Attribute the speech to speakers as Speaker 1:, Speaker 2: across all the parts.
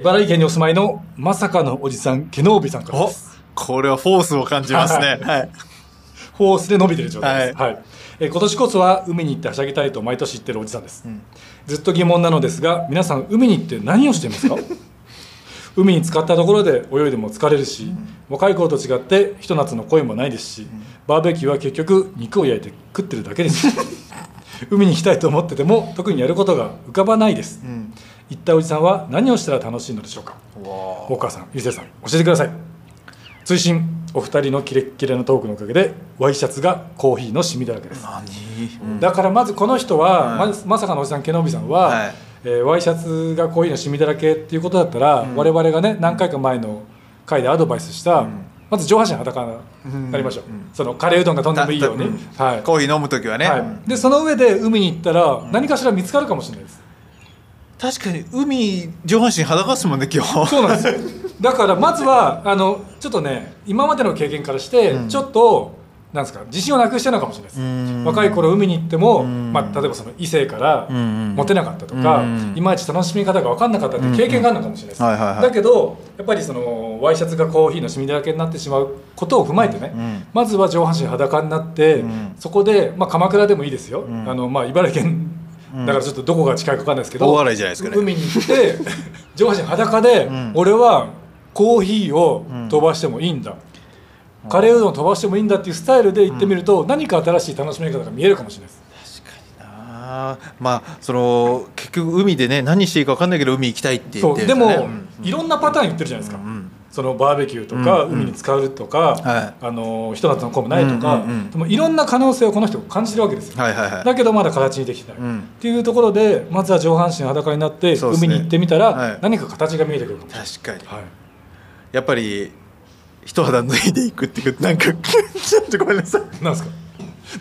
Speaker 1: 茨城県にお住まいのまさかのおじさん、ケノービさんから
Speaker 2: お
Speaker 1: です。
Speaker 2: これはフォースを感じますね。 はい。
Speaker 1: フォースで伸びてる状態です。はいえー今年こそは海に行ってはしゃぎたいと毎年言ってるおじさんです、ずっと疑問なのですが皆さん海に行って何をしてい ますか海に浸かったところで泳いでも疲れるし、若い頃と違ってひと夏の恋もないですし、バーベキューは結局肉を焼いて食ってるだけです 海に行きたいと思ってても特にやることが浮かばないです、行ったおじさんは何をしたら楽しいのでしょうか大川さんゆうせいさん教えてください追伸お二人のキレッキレのトークのおかげでワイシャツがコーヒーのシミだらけですだからまずこの人は、ままさかのおじさんけのびさんは、
Speaker 2: はい
Speaker 1: えーワイシャツがこういうのシミだらけっていうことだったら、我々がね何回か前の回でアドバイスした、まず上半身裸になりましょう、そのカレーうどんがとんでもいいように、
Speaker 2: うん
Speaker 1: はい
Speaker 2: コーヒー飲むときはね、
Speaker 1: はい、でその上で海に行ったら何かしら見つかるかもしれないです、
Speaker 2: 確かに海上半身裸ですもんね今日
Speaker 1: そうなんですよだからまずはあのちょっとね今までの経験からして、ちょっとなんですか自信をなくしてるのかもしれないです、
Speaker 2: ん
Speaker 1: 若い頃海に行っても、まあ、例えばその異性から
Speaker 2: ん
Speaker 1: モテなかったとか、
Speaker 2: うん
Speaker 1: いまいち楽しみ方が分かんなかったっていう経験があるのかもしれないです、
Speaker 2: うんはいはいはい
Speaker 1: だけどやっぱりそのワイシャツがコーヒーの染みだらけになってしまうことを踏まえてね、
Speaker 2: ん
Speaker 1: まずは上半身裸になって、
Speaker 2: ん
Speaker 1: そこで、まあ、鎌倉でもいいですよ、
Speaker 2: ん
Speaker 1: あのまあ、茨城県だからちょっとどこが近いか分かんないですけど
Speaker 2: 大洗じゃないですかね
Speaker 1: 海に行って 上半身裸で、
Speaker 2: ん
Speaker 1: 俺はコーヒーを飛ばしてもいいんだ、カレーうどんを飛ばしてもいいんだっていうスタイルで行ってみると、何か新しい楽しみ方が見えるかもしれないです
Speaker 2: あーまあその結局海でね何していいか分かんないけど海行きたいって言
Speaker 1: そ
Speaker 2: っ
Speaker 1: う
Speaker 2: て
Speaker 1: で
Speaker 2: るんすよ
Speaker 1: も、
Speaker 2: ね
Speaker 1: いろんなパターン言ってるじゃないですか、
Speaker 2: うんうん
Speaker 1: そのバーベキューとか、
Speaker 2: うん
Speaker 1: 海に使うとか、
Speaker 2: は
Speaker 1: あのひと夏の子もないとか、
Speaker 2: うんうんうん
Speaker 1: でもいろんな可能性をこの人が感じてるわけですよ、
Speaker 2: はいはいはい
Speaker 1: だけどまだ形にできてない、
Speaker 2: うん
Speaker 1: っていうところでまずは上半身裸になって、
Speaker 2: そうですね
Speaker 1: 海に行ってみたら、
Speaker 2: はい
Speaker 1: 何か形が見えてくるかもしれ
Speaker 2: 確かに
Speaker 1: ない、はい
Speaker 2: やっぱり一肌脱いでいくっていうかなんか ちょっとごめんなさい
Speaker 1: なんですか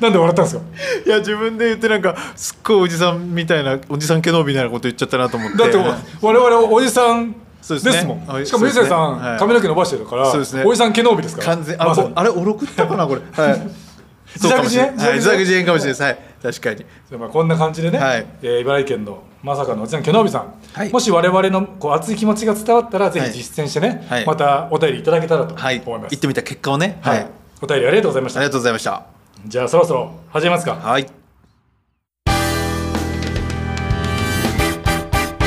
Speaker 1: なんで笑ったんですか
Speaker 2: いや自分で言ってなんかすっごいおじさんみたいなおじさんけのみたいなこと言っちゃったなと思って
Speaker 1: だってお我々おじさん
Speaker 2: そう
Speaker 1: で
Speaker 2: ですね
Speaker 1: すも
Speaker 2: は
Speaker 1: ん
Speaker 2: い
Speaker 1: しかもゆうせいさ
Speaker 2: そうですねは
Speaker 1: ん
Speaker 2: い
Speaker 1: 髪の毛伸ばしてるから
Speaker 2: そうですね
Speaker 1: おじさん毛伸びですから
Speaker 2: 完全あ、
Speaker 1: まさ
Speaker 2: こ
Speaker 1: に
Speaker 2: うあれおろくったかなこ れはい
Speaker 1: 自作自演
Speaker 2: そうかもしれないは
Speaker 1: 自
Speaker 2: い自
Speaker 1: 作
Speaker 2: 作
Speaker 1: 自
Speaker 2: 自
Speaker 1: 演
Speaker 2: 演かもしれないですはい確かに
Speaker 1: まあこんな感じでね、
Speaker 2: はい
Speaker 1: えー茨城県のまさかのおじさんけのびさん、
Speaker 2: はい
Speaker 1: もし我々のこう熱い気持ちが伝わったらぜ
Speaker 2: は
Speaker 1: ひ
Speaker 2: い
Speaker 1: 実践してね、
Speaker 2: はい
Speaker 1: またお便りいただけたらと思
Speaker 2: はいい
Speaker 1: ま
Speaker 2: 行
Speaker 1: す、
Speaker 2: ってみた結果をね
Speaker 1: はい
Speaker 2: はい
Speaker 1: お便りありがとうございまし
Speaker 2: あり
Speaker 1: た
Speaker 2: がとうございました。
Speaker 1: じゃあそろそろ始めますか
Speaker 2: はい。
Speaker 3: こ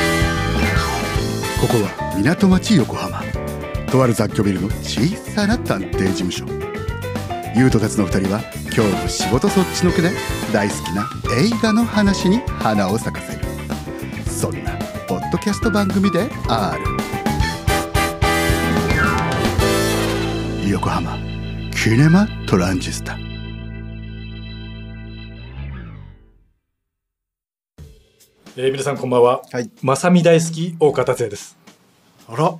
Speaker 3: こは港町横浜とある雑居ビルの小さな探偵事務所優斗たちの2人は今日も仕事そっちのけで大好きな映画の話に花を咲かせるそんなポッドキャスト番組である横浜キネマトランジスタ
Speaker 1: えー皆さんこんばんは、
Speaker 2: はい
Speaker 1: まさみ大好き大川達也です
Speaker 2: あら、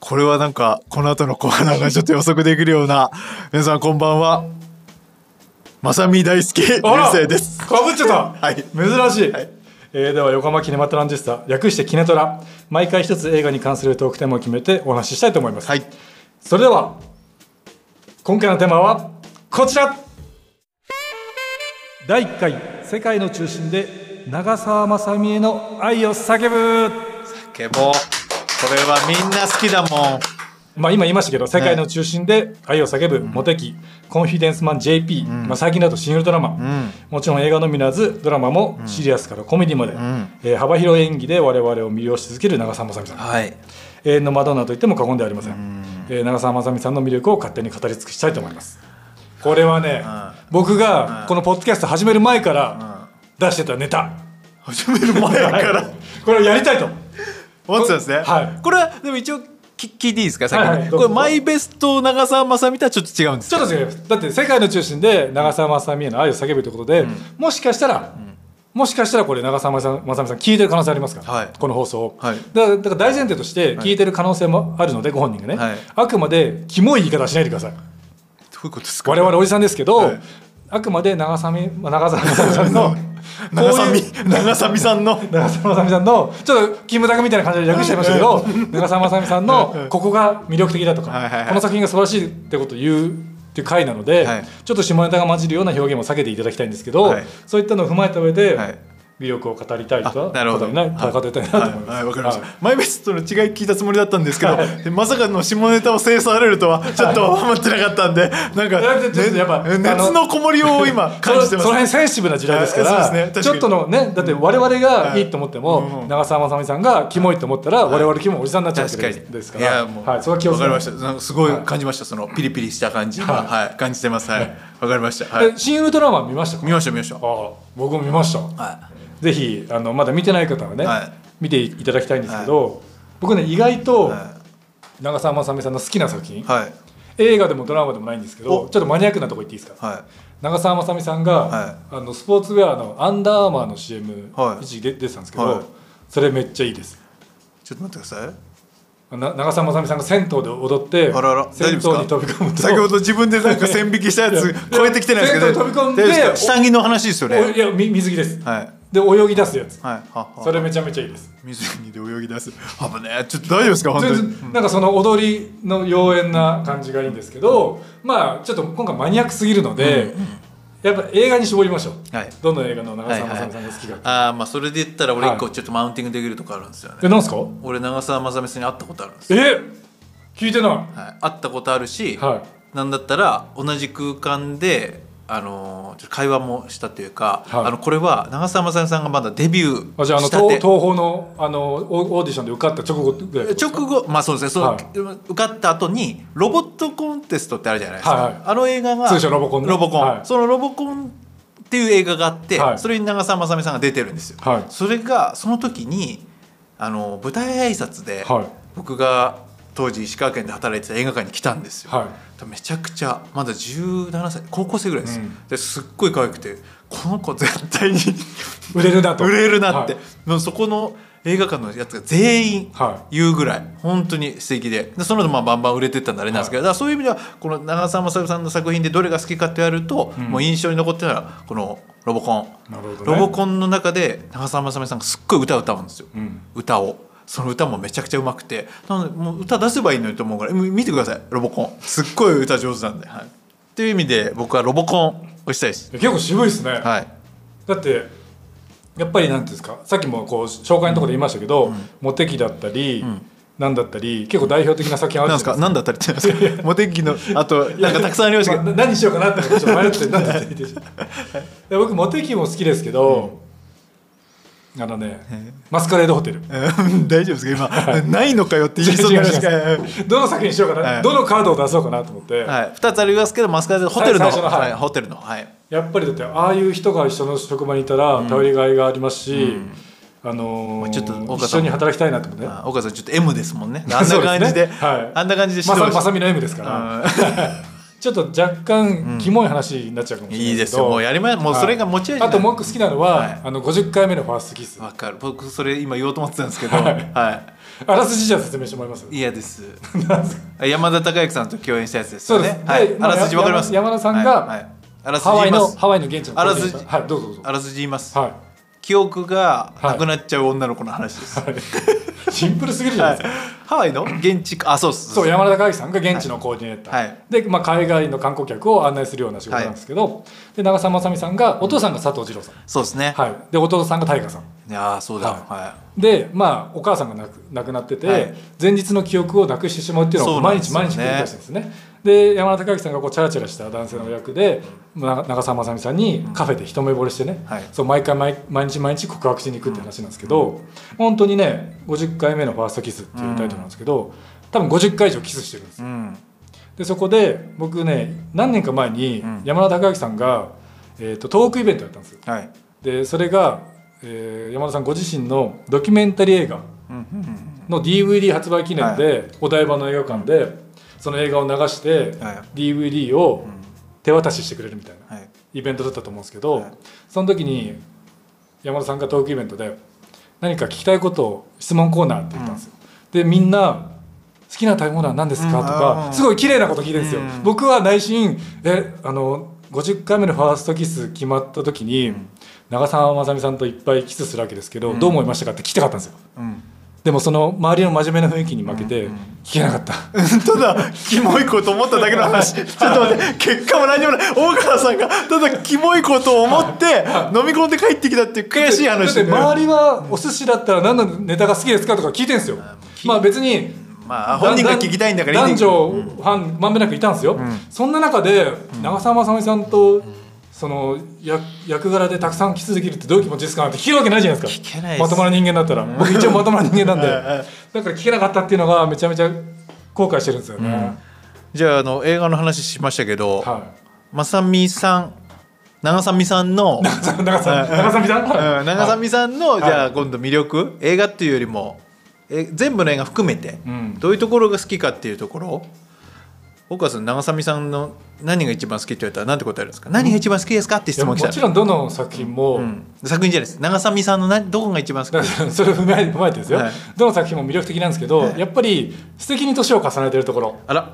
Speaker 2: これはなんかこの後のコーナーがちょっと予測できるような皆さんこんばんは。まさみ大好き流星です。
Speaker 1: かぶっちゃった、
Speaker 2: はい
Speaker 1: 珍しい、
Speaker 2: はい
Speaker 1: えーでは横浜キネマトランジスタ略してキネトラ毎回一つ映画に関するトークテーマを決めてお話ししたいと思います、
Speaker 2: はい。
Speaker 1: それでは今回のテーマはこちら第1回「世界の中心で長澤まさみへの愛を叫ぶ」
Speaker 2: けぼ、これはみんな好きだもん。
Speaker 1: まあ今言いましたけど世界の中心で愛を叫ぶ、モテキコンフィデンスマン JP、まあ、最近だとシン・ウルトラマン、もちろん映画のみならずドラマもシリアスからコメディまで、えー幅広い演技で我々を魅了し続ける長澤まさみさん
Speaker 2: はい。
Speaker 1: 永遠のマドンナと言っても過言ではありません、えー長澤まさみさんの魅力を勝手に語り尽くしたいと思いますこれはね、僕がこのポッドキャスト始める前から出してたネタ、
Speaker 2: 始める前から
Speaker 1: これをやりたいと
Speaker 2: 思ってたんですね。
Speaker 1: はい
Speaker 2: これはでも一応き聞いていいですか？さっきの
Speaker 1: はいはいどう
Speaker 2: こ
Speaker 1: ぞ
Speaker 2: れマイベスト長澤まさみとはちょっと違うんです
Speaker 1: ち
Speaker 2: か。
Speaker 1: ょっと違いますだって世界の中心で長澤まさみへの愛を叫ぶということで、もしかしたら、もしかしたらこれ長澤まさみまさみさん聞いてる可能性ありますから、
Speaker 2: はい
Speaker 1: この放送を、
Speaker 2: はい
Speaker 1: だからだから大前提として聞いてる可能性もあるのでご本人がね、
Speaker 2: はい
Speaker 1: あくまでキモい言い方はしないでください
Speaker 2: どういうことですか？
Speaker 1: 我々おじさんですけど、
Speaker 2: はい
Speaker 1: あくまで長澤み長澤まさみさんの
Speaker 2: 長
Speaker 1: こ
Speaker 2: 澤
Speaker 1: うい
Speaker 2: み
Speaker 1: う
Speaker 2: 長澤みさんの
Speaker 1: 長澤まさみさんのちょっとキムタクみたいな感じで略しちゃいましたけど長澤まさみさんのここが魅力的だと
Speaker 2: はいはいは
Speaker 1: か
Speaker 2: い
Speaker 1: この作品が素晴らしいってことを言うっていう回なので
Speaker 2: はい
Speaker 1: ちょっと下ネタが混じるような表現も避けていただきたいんですけど
Speaker 2: はい
Speaker 1: そういったのを踏まえた上で
Speaker 2: はい
Speaker 1: 魅力を語りたいとは
Speaker 2: あなるほど
Speaker 1: 語りない語りたいなと思います。
Speaker 2: はい、わかりました
Speaker 1: はい。
Speaker 2: マイベストの違い聞いたつもりだったんですけど、でまさかの下ネタを制されるとはちょっと思ってなかったんで、なんか、
Speaker 1: だってちょっとやっぱ
Speaker 2: ね
Speaker 1: あの
Speaker 2: 熱のこもりを今
Speaker 1: そ
Speaker 2: 感
Speaker 1: の
Speaker 2: じ
Speaker 1: そ
Speaker 2: て
Speaker 1: の
Speaker 2: ます。
Speaker 1: 辺センシティブな時代ですか
Speaker 2: はい
Speaker 1: ら
Speaker 2: そうですね確かに
Speaker 1: ちょっとのねだって我々がいいと思っても、
Speaker 2: うん
Speaker 1: 長澤まさみさんがキモいと思ったら、我々キモいおじさんになっちゃうわけですから
Speaker 2: いやもう、
Speaker 1: はい、それは気を
Speaker 2: わ
Speaker 1: つけ
Speaker 2: かり
Speaker 1: ま
Speaker 2: ま
Speaker 1: し
Speaker 2: したた。なんかすごい感じました。そのピリピリした感じ、
Speaker 1: は
Speaker 2: はいい、感じてます。はい、わかりました。はい、
Speaker 1: 新ウルトラマン見ましたか
Speaker 2: 見ました見ました。は
Speaker 1: ああ僕も見ました、
Speaker 2: い、
Speaker 1: ぜひあのまだ見てない方はね、
Speaker 2: はい
Speaker 1: 見ていただきたいんですけど、僕ね意外と
Speaker 2: は
Speaker 1: 長澤まさみさんの好きな作品、
Speaker 2: はい、
Speaker 1: 映画でもドラマでもないんですけど
Speaker 2: お
Speaker 1: ちょっとマニアックなとこ言っていいですか、
Speaker 2: は
Speaker 1: 長澤まさみさんが、
Speaker 2: は
Speaker 1: あのスポーツウェアのアンダーアーマーの CM、
Speaker 2: はい
Speaker 1: 一時出出てたんですけど、
Speaker 2: はい
Speaker 1: それめっちゃいいです
Speaker 2: い。ちょっと待ってください。
Speaker 1: な長澤まさみさんが銭湯で踊って
Speaker 2: あらあら
Speaker 1: 銭湯に
Speaker 2: 大丈夫ですか
Speaker 1: 飛び込むと
Speaker 2: 先ほど自分でなんか線引きしたやつ超えてきてないですけ
Speaker 1: 全
Speaker 2: ど、
Speaker 1: 部飛び込んで
Speaker 2: 大丈夫すか下着の話ですよね。
Speaker 1: おいやみ水着です、
Speaker 2: はい
Speaker 1: で泳ぎ出すやつ、
Speaker 2: はい、はは
Speaker 1: それめちゃめちゃいいです
Speaker 2: 水着で泳ぎ出す。あぶねえ、ちょっと大丈夫ですか、本当
Speaker 1: 全
Speaker 2: に。
Speaker 1: 然なんかその踊りの妖艶な感じがいいんですけど、まあちょっと今回マニアックすぎるので、やっぱ映画に絞りましょう、
Speaker 2: はい
Speaker 1: どの映画の長澤まさみさんが好きか、
Speaker 2: ああ、まあ、それで言ったら、俺一個
Speaker 1: は
Speaker 2: ちょっとマウンティングできるとこあるんですよね。
Speaker 1: えなんすか
Speaker 2: 俺長澤まさみさんに会ったことあるんですよ。
Speaker 1: え聞いてな
Speaker 2: はい、会ったことあるし、
Speaker 1: いは
Speaker 2: なんだったら、同じ空間で。あのーちょっと会話もしたというか、
Speaker 1: はい
Speaker 2: あのこれは長澤まさみさんがまだデビュ
Speaker 1: いあ
Speaker 2: ー
Speaker 1: じゃああの
Speaker 2: した
Speaker 1: 東
Speaker 2: て
Speaker 1: 東宝のあのオオーディションで受かった直後ぐらい
Speaker 2: 直後まあそうですねその、
Speaker 1: はい
Speaker 2: 受かった後にロボットコンテストってあるじゃないですか、
Speaker 1: はいはい
Speaker 2: あの映画が
Speaker 1: 通称ロボコンね
Speaker 2: ロボコン、
Speaker 1: はい
Speaker 2: そのロボコンっていう映画があって、
Speaker 1: はい
Speaker 2: それに長澤まさみさんが出てるんですよ、
Speaker 1: はい
Speaker 2: それがその時にあの舞台挨拶で、
Speaker 1: はい
Speaker 2: 僕が当時石川県で働いてた映画館に来たんですよ、
Speaker 1: はい
Speaker 2: めちゃくちゃまだ17歳高校生ぐらいですよ、
Speaker 1: うん
Speaker 2: ですっごい可愛くてこの子絶対に
Speaker 1: 売れるなと
Speaker 2: 売れるなって、
Speaker 1: はい
Speaker 2: もうそこの映画館のやつが全員
Speaker 1: は
Speaker 2: 言うぐらい本当に素敵ででその後まあバンバン売れてったんであれなんですけど、だからそういう意味ではこの長澤まさみさんの作品でどれが好きかってやると、もう印象に残ってるのはこの「ロボコン」
Speaker 1: なるほどね
Speaker 2: ロボコンの中で長澤まさみさんがすっごい歌を歌うんですよ、
Speaker 1: ん
Speaker 2: 歌を。その歌もめちゃくちゃうまくてなのでもう歌出せばいいのにと思うぐらいみ見てくださいロボコンすっごい歌上手なんで、はい、っていう意味で僕はロボコンをしたいです、
Speaker 1: 結構渋いですね、
Speaker 2: はい、
Speaker 1: だってやっぱりなんていうんですかさっきもこう紹介のところで言いましたけど、モテ期だったり、なんだったり結構代表的な作品あるじ
Speaker 2: な
Speaker 1: ゃ
Speaker 2: ん
Speaker 1: な
Speaker 2: で
Speaker 1: い
Speaker 2: す
Speaker 1: ですか
Speaker 2: かなんだったりってなんですかモテ期のあとなんかたくさんありましたけど
Speaker 1: な何しようかなってちょっと迷ってなんて言っていいでしょういや僕モテ期も好きですけど、あのね、マスカレード ホテル
Speaker 2: うん大丈夫ですか今ないのかよって言いそうになりました
Speaker 1: 違う違う違うどの作品にしようかな、
Speaker 2: はい
Speaker 1: どのカードを出そうかなと思って、
Speaker 2: はい二つありますけどマスカラでホテルの
Speaker 1: 最最初のはい
Speaker 2: はいホテルのはい
Speaker 1: やっぱりだってああいう人が一緒の職場にいたら頼りがいがありますし、あのー
Speaker 2: ちょっと岡
Speaker 1: 一
Speaker 2: さん
Speaker 1: 緒に働きたいなと思ってね
Speaker 2: あ岡さんちょっと M ですもんねあんな感じ
Speaker 1: そう
Speaker 2: です
Speaker 1: ねはい
Speaker 2: あんな感じで
Speaker 1: ま
Speaker 2: 指
Speaker 1: さ
Speaker 2: 導
Speaker 1: ま
Speaker 2: し
Speaker 1: さみの M ですから、 ちょっと若干キモい話になっちゃうかもしれない
Speaker 2: いいです
Speaker 1: け
Speaker 2: よ
Speaker 1: ど
Speaker 2: もうやりまもうそれが持ち味な
Speaker 1: あ
Speaker 2: ん
Speaker 1: と
Speaker 2: で
Speaker 1: もう一個好きなのは、
Speaker 2: はい
Speaker 1: あの50回目のファーストキス
Speaker 2: わかる僕それ今言おうと思ってたんですけど
Speaker 1: はい
Speaker 2: は
Speaker 1: あらすじじゃ説明してもらいます
Speaker 2: い嫌です山田孝之さんと共演したやつですよ
Speaker 1: そう
Speaker 2: ね
Speaker 1: です
Speaker 2: はい
Speaker 1: でま
Speaker 2: あ
Speaker 1: あ
Speaker 2: らすじわかります
Speaker 1: 山田さんが
Speaker 2: はいはいあらすじ
Speaker 1: ハワ
Speaker 2: 言
Speaker 1: イ
Speaker 2: い
Speaker 1: の
Speaker 2: ます
Speaker 1: ハワイの現地の
Speaker 2: あらすじ
Speaker 1: はいどうぞどうぞ
Speaker 2: あらすじ言います
Speaker 1: は
Speaker 2: 記憶がなくなっちゃう女の子の話です
Speaker 1: いシンプルすぎるじゃないですか、
Speaker 2: ハワイの現地かあそうっす
Speaker 1: そう山田孝之さんが現地のコーディネーター、
Speaker 2: はい
Speaker 1: で、まあ、海外の観光客を案内するような仕事なんですけど、で長澤まさみさんがお父さんが佐藤二朗さん、
Speaker 2: そうですね、
Speaker 1: はい、で弟さんが大河さん
Speaker 2: い、やーそうだ、
Speaker 1: は
Speaker 2: は
Speaker 1: でまあお母さんが亡く亡くなってて、
Speaker 2: はい
Speaker 1: 前日の記憶をなくしてしまうっていうのを
Speaker 2: そうな
Speaker 1: 毎
Speaker 2: んで
Speaker 1: 日
Speaker 2: すよね
Speaker 1: 毎日繰り返してるんですねで山田孝之さんがこうチャラチャラした男性の役で、な長澤まさみさんにカフェで一目惚れしてね、
Speaker 2: はい
Speaker 1: そう毎回毎毎日毎日告白しに行くって話なんですけど、本当にね50回目の「ファーストキス」っていうタイトルなんですけど、多分50回以上キスしてるんです
Speaker 2: い、う
Speaker 1: よ
Speaker 2: ん、
Speaker 1: でそこで僕ね何年か前に
Speaker 2: ん
Speaker 1: 山田孝之さんが、えー、とトークイベントやったんですよ
Speaker 2: はい、
Speaker 1: でそれが、えー山田さんご自身のドキュメンタリー映画
Speaker 2: うんうんうん
Speaker 1: の DVD 発売記念で、お台場の映画館でその映画を流して、
Speaker 2: は
Speaker 1: DVD を手渡ししてくれるみたいな
Speaker 2: はい、
Speaker 1: イベントだったと思うんですけど、
Speaker 2: はい
Speaker 1: その時に山田さんがトークイベントで何か聞きたいことを質問コーナーって言ったんですよ。でみんな好きな食べ物は何ですか
Speaker 2: うん
Speaker 1: とか、
Speaker 2: あー
Speaker 1: すごい綺麗なこと聞いてるんですよ、
Speaker 2: うん
Speaker 1: 僕は内心えあの50回目のファーストキス決まった時に長澤まさみさんといっぱいキスするわけですけど、どう思いましたかって聞きたかったんですよ
Speaker 2: うん、
Speaker 1: でもその周りの真面目な雰囲気に負けて聞けなかった、
Speaker 2: ただキモいこと思っただけの 話ちょっと待って結果も何もない大川さんがただキモいことを思って飲み込んで帰ってきたっていう悔しい
Speaker 1: だっ
Speaker 2: 話
Speaker 1: て
Speaker 2: で、
Speaker 1: 周りはお寿司だったら何のネタが好きですかとか聞いてんすよまあ別に
Speaker 2: まあ本人が聞きたいんだからいい
Speaker 1: 男
Speaker 2: んだけ
Speaker 1: 女フ
Speaker 2: ど
Speaker 1: ァンまんべんなくいたんですよ、そんな中で長澤まさみさんとそのや役柄でたくさんキスできるってどういう気持ちですかなんて聞けるわけないじゃないですか
Speaker 2: 聞けないです
Speaker 1: まともな人間だったら、僕一応まともな人間なんでだから聞けなかったっていうのがめちゃめちゃ後悔してるんですよね、
Speaker 2: じゃああの映画の話しましたけど、
Speaker 1: は
Speaker 2: まさみさん長さみさんの、
Speaker 1: い長澤長澤美さん、
Speaker 2: うん、長さ
Speaker 1: はい
Speaker 2: みさんの、じゃあ今度魅力映画っていうよりもえ全部の映画含めて、
Speaker 1: ん
Speaker 2: どういうところが好きかっていうところ僕はその長さみさんの何が一番好きって言われたら何て答えるんですか、何が一番好きですかっ
Speaker 1: いや
Speaker 2: て質
Speaker 1: も
Speaker 2: 問来たら
Speaker 1: ちろんどの作品も、
Speaker 2: うん作品じゃないです長さみさんの何どこが一番好き
Speaker 1: だ
Speaker 2: で
Speaker 1: か
Speaker 2: すから
Speaker 1: それを踏まえ踏まえてですよ、
Speaker 2: はい
Speaker 1: どの作品も魅力的なんですけど、
Speaker 2: はい
Speaker 1: やっぱり素敵に年を重ねてるところ
Speaker 2: あら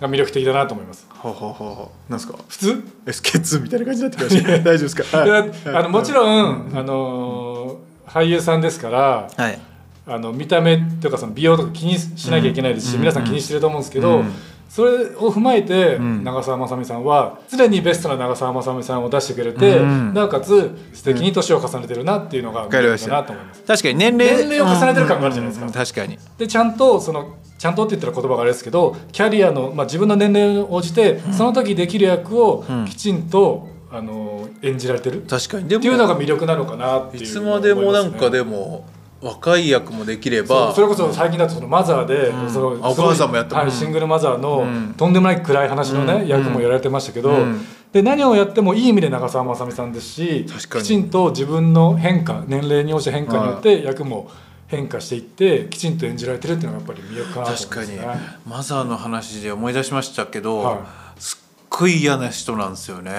Speaker 1: が魅力的だなと思います
Speaker 2: ほうほうほうほうなんですか
Speaker 1: 普通
Speaker 2: SK2 みたいな感じになってきました大丈夫ですか
Speaker 1: いや
Speaker 2: はい
Speaker 1: あのもちろん、あのー俳優さんですから
Speaker 2: はい
Speaker 1: あの見た目とかその美容とか気にしなきゃいけないですし、皆さん気にしてると思うんですけど、
Speaker 2: うん
Speaker 1: それを踏まえて、
Speaker 2: ん
Speaker 1: 長澤まさみさんは常にベストな長澤まさみさんを出してくれて、
Speaker 2: うん
Speaker 1: なおかつ素敵に年を重ねてるなっていうのが
Speaker 2: わかりま
Speaker 1: 魅
Speaker 2: し
Speaker 1: 力だ
Speaker 2: た
Speaker 1: なと思います。
Speaker 2: 確かに年齢
Speaker 1: 年齢を重ねてる感があるじゃないですか
Speaker 2: うんうんうん確かに
Speaker 1: でちゃんとそのちゃんとって言ったら言葉があれですけどキャリアの、まあ、自分の年齢に応じて、その時できる役を
Speaker 2: ん
Speaker 1: きちんと、あの演じられてるっ
Speaker 2: 確かにで
Speaker 1: ていうのが魅力なのかなっていう
Speaker 2: いつまでもな
Speaker 1: 思い
Speaker 2: んか
Speaker 1: ますね
Speaker 2: でも若い役もできれ
Speaker 1: そ
Speaker 2: ば
Speaker 1: うそれこそ最近だとそのマザーで、その
Speaker 2: あお母さんもやってて
Speaker 1: はい、
Speaker 2: うん
Speaker 1: シングルマザーの、
Speaker 2: ん
Speaker 1: とんでもない暗い話のね、
Speaker 2: うん
Speaker 1: 役もやられてましたけど、
Speaker 2: うん
Speaker 1: で何をやってもいい意味で長澤まさみさんですし
Speaker 2: 確か
Speaker 1: き
Speaker 2: に
Speaker 1: ちんと自分の変化年齢に応じた変化によって役も変化していってきちんと演じられてるっていうのがやっぱり魅力かなと思い
Speaker 2: 確
Speaker 1: ま
Speaker 2: か
Speaker 1: す
Speaker 2: に
Speaker 1: ね。
Speaker 2: マザーの話で思い出しましたけど、
Speaker 1: は
Speaker 2: すっごい嫌な人なんですよねい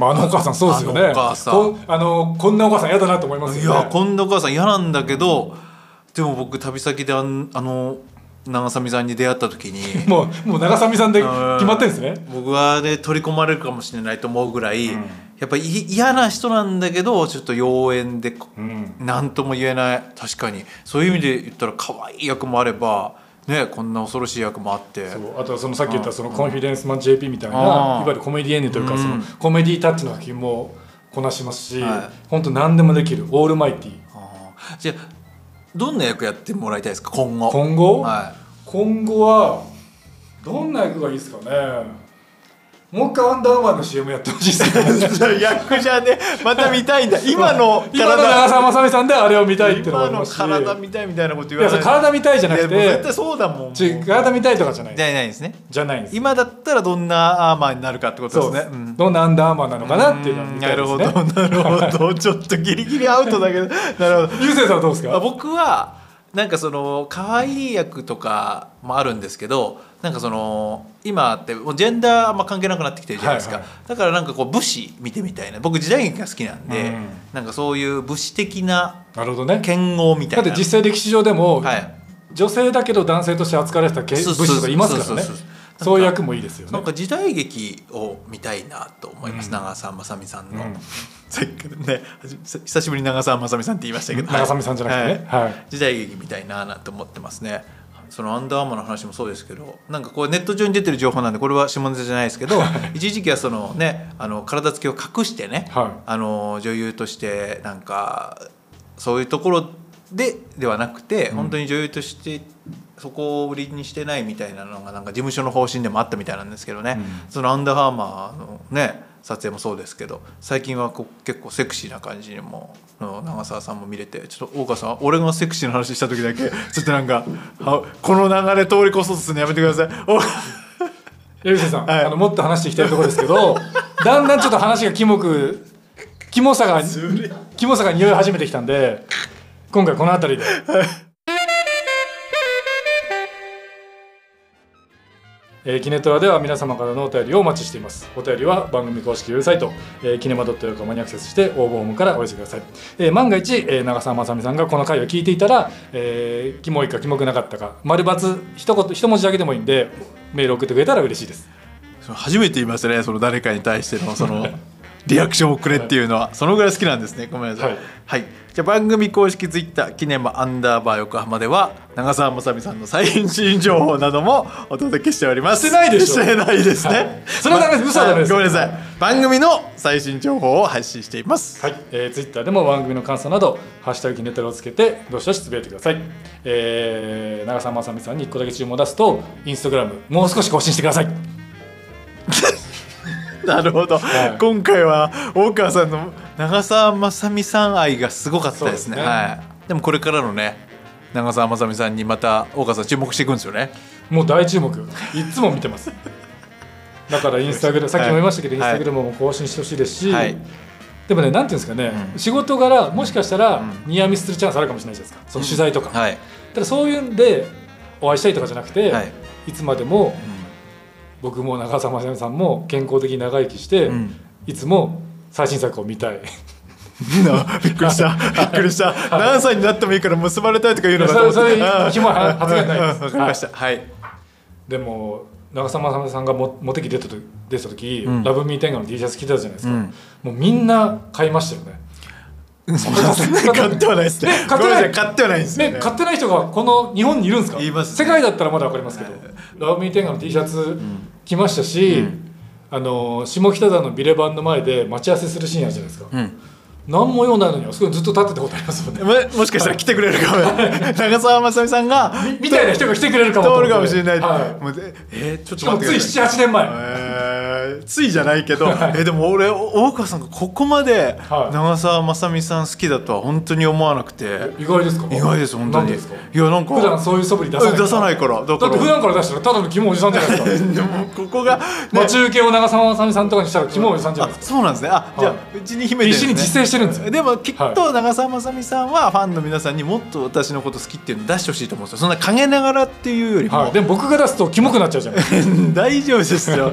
Speaker 1: まあ、あのお母さんそうですよね
Speaker 2: あのお母さん
Speaker 1: こあのこんなお母さん嫌だなと思いますよね
Speaker 2: やこんなお母さん嫌なんだけどでも僕旅先であんあの長澤美さんに出会った時に
Speaker 1: もうもう長澤さ んで決まってるんですね
Speaker 2: 僕はね取り込まれるかもしれないと思うぐらい、やっぱり嫌な人なんだけどちょっと妖艶でこ
Speaker 1: うん
Speaker 2: なんとも言えない確かにそういう意味で言ったら可愛い役もあればねこんな恐ろしい役もあって
Speaker 1: そうあとはそのさっき言ったそのコンフィデンスマン JP みたいな、
Speaker 2: あー
Speaker 1: いわゆるコメディエンヌというかそのコメディタッチの作品もこなしますし、
Speaker 2: は
Speaker 1: 本当何でもできるオールマイティー
Speaker 2: あーじゃあどんな役やってもらいたいですか今後
Speaker 1: 今後、
Speaker 2: は
Speaker 1: 今後はどんな役がいいですかねもう一回アンダーマンの CM やってほしいですね
Speaker 2: い、役者でまた見たいんだ 今の
Speaker 1: 今の長
Speaker 2: 体
Speaker 1: 澤まさみさんであれを見たいっていうのもあ
Speaker 2: 今
Speaker 1: り
Speaker 2: の
Speaker 1: ますし
Speaker 2: 体見たいみたいなこと言
Speaker 1: い
Speaker 2: わ
Speaker 1: や
Speaker 2: な
Speaker 1: そ
Speaker 2: い
Speaker 1: れ体見たいじゃなく
Speaker 2: いやもう絶
Speaker 1: て
Speaker 2: 対そうだもん
Speaker 1: ち体見たいとかじゃない
Speaker 2: じゃないですね
Speaker 1: じゃないんです
Speaker 2: 今だったらどんなアーマーになるかってこと
Speaker 1: そう
Speaker 2: で
Speaker 1: ですす
Speaker 2: ねうん
Speaker 1: どんなアンダーアーマーなのかなっていうのは見た
Speaker 2: ない
Speaker 1: で
Speaker 2: る
Speaker 1: す
Speaker 2: ほ
Speaker 1: ね
Speaker 2: どなるほどちょっとギリギリアウトだけどなるほど
Speaker 1: ゆうせいさんはどうです
Speaker 2: あ
Speaker 1: か
Speaker 2: 僕はなんかその可愛い役とかもあるんですけどなんかその今ってもうジェンダーあんま関係なくなってきてるじゃないですか、
Speaker 1: はいは
Speaker 2: だからなんかこう武士見てみたいな僕時代劇が好きなんで、
Speaker 1: うん
Speaker 2: なんかそういう武士的な
Speaker 1: なるほどね
Speaker 2: 剣豪み
Speaker 1: だ
Speaker 2: たい
Speaker 1: って
Speaker 2: な
Speaker 1: 実際歴史上でも、
Speaker 2: はい、
Speaker 1: 女性だけど男性として扱われてたけ
Speaker 2: そう
Speaker 1: 武
Speaker 2: そう
Speaker 1: 士とかいますからね
Speaker 2: そうそうそう
Speaker 1: そういう役もいいですよ
Speaker 2: な
Speaker 1: ね
Speaker 2: んか時代劇を見たいなと思います、
Speaker 1: うん
Speaker 2: 長澤まさみさんの、
Speaker 1: うん
Speaker 2: さっきね初め久しぶりに長澤まさみさんって言いましたけど
Speaker 1: 長澤さんじゃなくてね、はい
Speaker 2: 時代劇みたいななんて思ってますねそのアンダーアーマーの話もそうですけどなんかこうネット上に出てる情報なんでこれは下ネタじゃないですけど一時期はそのねあの体つきを隠してね、
Speaker 1: はい
Speaker 2: あの女優としてなんかそういうところでではなくて、本当に女優としてそこを売りにしてないみたいなのがなんか事務所の方針でもあったみたいなんですけどね、そのアンダーハーマーのね撮影もそうですけど最近はこう結構セクシーな感じにもの長澤さんも見れてちょっと大川さん俺がセクシーな話した時だけちょっとなんかあこの流れ通り越そうとするのやめてください大川さん
Speaker 1: ゆうせいさん、
Speaker 2: はい
Speaker 1: あのもっと話していきたいところですけ どだんだんちょっと話がキモくキモさがキモさが匂い始めてきたんで今回この辺りでえーキネトラでは皆様からのお便りをお待ちしていますお便りは番組公式ウェブサイト、えーキネマドットヨコマにアクセスして応募フォームからお寄せください、えー万が一、えー長澤まさみさんがこの回を聞いていたら、えーキモいかキモくなかったか丸×一言一文字だけでもいいんでメール送ってくれたら嬉しいです
Speaker 2: その初めて言いましたねその誰かに対してのそのリアクションをくれっていうのはそのぐらい好きなんですねごめんなさい、
Speaker 1: はい
Speaker 2: はい、じゃあ番組公式ツイッターキネマアンダーバー横浜では長澤まさみさんの最新情報なども お届けしております
Speaker 1: してないでしょ
Speaker 2: してないですね、
Speaker 1: はいそれはダメです嘘はダメです
Speaker 2: ごめんなさい番組の最新情報を発信しています
Speaker 1: はい、えー、ツイッターでも番組の感想など「ハッシュタグひねたろ」をつけてどしどしつぶやいてください、えー、長澤まさみさんに1個だけ注文を出すとインスタグラムもう少し更新してください
Speaker 2: なるほど、
Speaker 1: はい
Speaker 2: 今回は大川さんの長澤まさみさん愛がすごかったですね
Speaker 1: そうですね
Speaker 2: はい、でもこれからのね長澤まさみさんにまた大川さん注目していくんですよね
Speaker 1: もう大注目いつも見てますだからインスタグラムさっきも言いましたけど、
Speaker 2: はい
Speaker 1: インスタグラムも更新してほしいですし、
Speaker 2: はい
Speaker 1: でもねなんていうんですかね、
Speaker 2: うん
Speaker 1: 仕事柄もしかしたらニアミスするチャンスあるかもしれないじゃないですかその取材とか、
Speaker 2: はい、
Speaker 1: ただそういうんでお会いしたいとかじゃなくて、
Speaker 2: はいい、
Speaker 1: つまでも僕も長澤まさみさんも健康的に長生きして、
Speaker 2: うん
Speaker 1: いつも最新作を見たい
Speaker 2: なびっくり したびっくりした何歳になってもいいから 結ばれたいとか言うのかと思って
Speaker 1: それそれ
Speaker 2: うん
Speaker 1: キモい発言ないです
Speaker 2: うんうんわかりましたはい
Speaker 1: でも長澤まさみさんがもモテ期出たと出た時、
Speaker 2: ん
Speaker 1: ラブミーテンガの T シャツ着てたじゃないですか、
Speaker 2: うん
Speaker 1: もうみんな買いましたよね
Speaker 2: 買ってはないです
Speaker 1: 買
Speaker 2: ね
Speaker 1: って
Speaker 2: ごめん
Speaker 1: ない
Speaker 2: さ買ってはないんですよ
Speaker 1: ね、買ってない人がこの日本にいるんですか
Speaker 2: います
Speaker 1: 世界だったらまだ分かりますけど「ラブミーテンガの T シャツ着ましたし、あの下北沢のビレバンの前で待ち合わせするシーンあるじゃないですか、
Speaker 2: ん
Speaker 1: 何も用ないのにあそこにずっと立ってたことありますもんね
Speaker 2: ももしかしたら来てくれるかも 長澤まさみさんが
Speaker 1: みたいな人が来てくれるかもと
Speaker 2: 通
Speaker 1: 思っ
Speaker 2: る
Speaker 1: て
Speaker 2: かもしれない、
Speaker 1: は
Speaker 2: もうでえーちょっ
Speaker 1: い、し
Speaker 2: と
Speaker 1: かも
Speaker 2: 待っ
Speaker 1: つい
Speaker 2: てくださ
Speaker 1: 78
Speaker 2: い
Speaker 1: 年前、
Speaker 2: えーついじゃないけど、えーでも俺大川さんがここまで
Speaker 1: はい
Speaker 2: 長澤まさみさん好きだとは本当に思わなくて、
Speaker 1: 意外ですか
Speaker 2: 意外です本当
Speaker 1: なん
Speaker 2: に
Speaker 1: でですか
Speaker 2: いやなんか
Speaker 1: 普段そういう素振り出さない
Speaker 2: 出さないからだ
Speaker 1: だ
Speaker 2: か
Speaker 1: って
Speaker 2: ら
Speaker 1: 普段から出したらただのキモおじさんじゃない ですか
Speaker 2: でもここが、ね
Speaker 1: 待ち受けを長澤まさみさんとかにしたらキモおじさんじゃ
Speaker 2: あ
Speaker 1: ないですか
Speaker 2: そうなんですねあじゃあ、
Speaker 1: は
Speaker 2: うちに秘めてるん
Speaker 1: 必
Speaker 2: で
Speaker 1: 死
Speaker 2: す
Speaker 1: に
Speaker 2: ね
Speaker 1: 自制してるんですよ
Speaker 2: でもきっ
Speaker 1: はい
Speaker 2: と長澤まさみさんはファンの皆さんにもっと私のこと好きっていうのを出してほしいと思うんですよそんな陰ながらっていうよりも、
Speaker 1: はい、でも僕が出すとキモくなっちゃうじゃん
Speaker 2: 大丈夫ですよ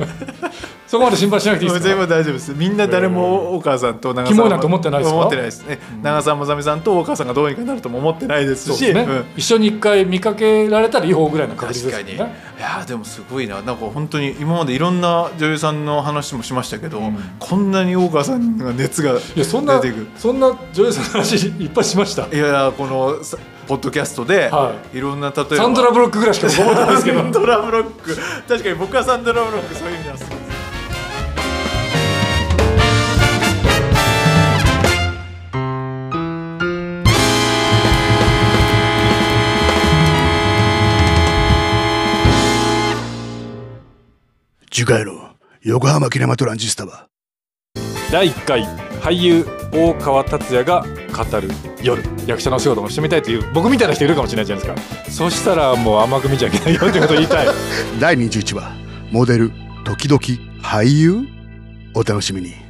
Speaker 1: そこまで心配しなくていいです
Speaker 2: 全
Speaker 1: か
Speaker 2: 部大丈夫ですみんな誰も大川さんと長澤ま
Speaker 1: キモいなんて思ってないですか
Speaker 2: 思ってないですね長澤まさみさんと大川さんがどうにかなるとも思ってないです
Speaker 1: そう
Speaker 2: し
Speaker 1: ですね、
Speaker 2: うん
Speaker 1: 一緒に一回見かけられたら違法ぐらいの確率
Speaker 2: 確
Speaker 1: です
Speaker 2: か
Speaker 1: よ
Speaker 2: に、
Speaker 1: ね
Speaker 2: いやーでもすごいななんか本当に今までいろんな女優さんの話もしましたけど、こんなに大川さんが熱が
Speaker 1: いやそんな
Speaker 2: 出てくる
Speaker 1: そんな女優さんの話いっぱいしました
Speaker 2: いやーこのさポッドキャストで、、
Speaker 1: はい
Speaker 2: ろんな例えば
Speaker 1: サンドラブロックぐらいしか僕覚えてないですけど
Speaker 2: サンドラブロック 確かに僕はサンドラブロックそういう意味なんです
Speaker 3: 次回の横浜キネマトランジスタは
Speaker 1: 第1回俳優大川達也が語る夜役者のお仕事もしてみたいという僕みたいな人いるかもしれないじゃないですかそしたらもう甘く見ちゃいけないよってことを言いたい
Speaker 3: 第21話モデル時々俳優お楽しみに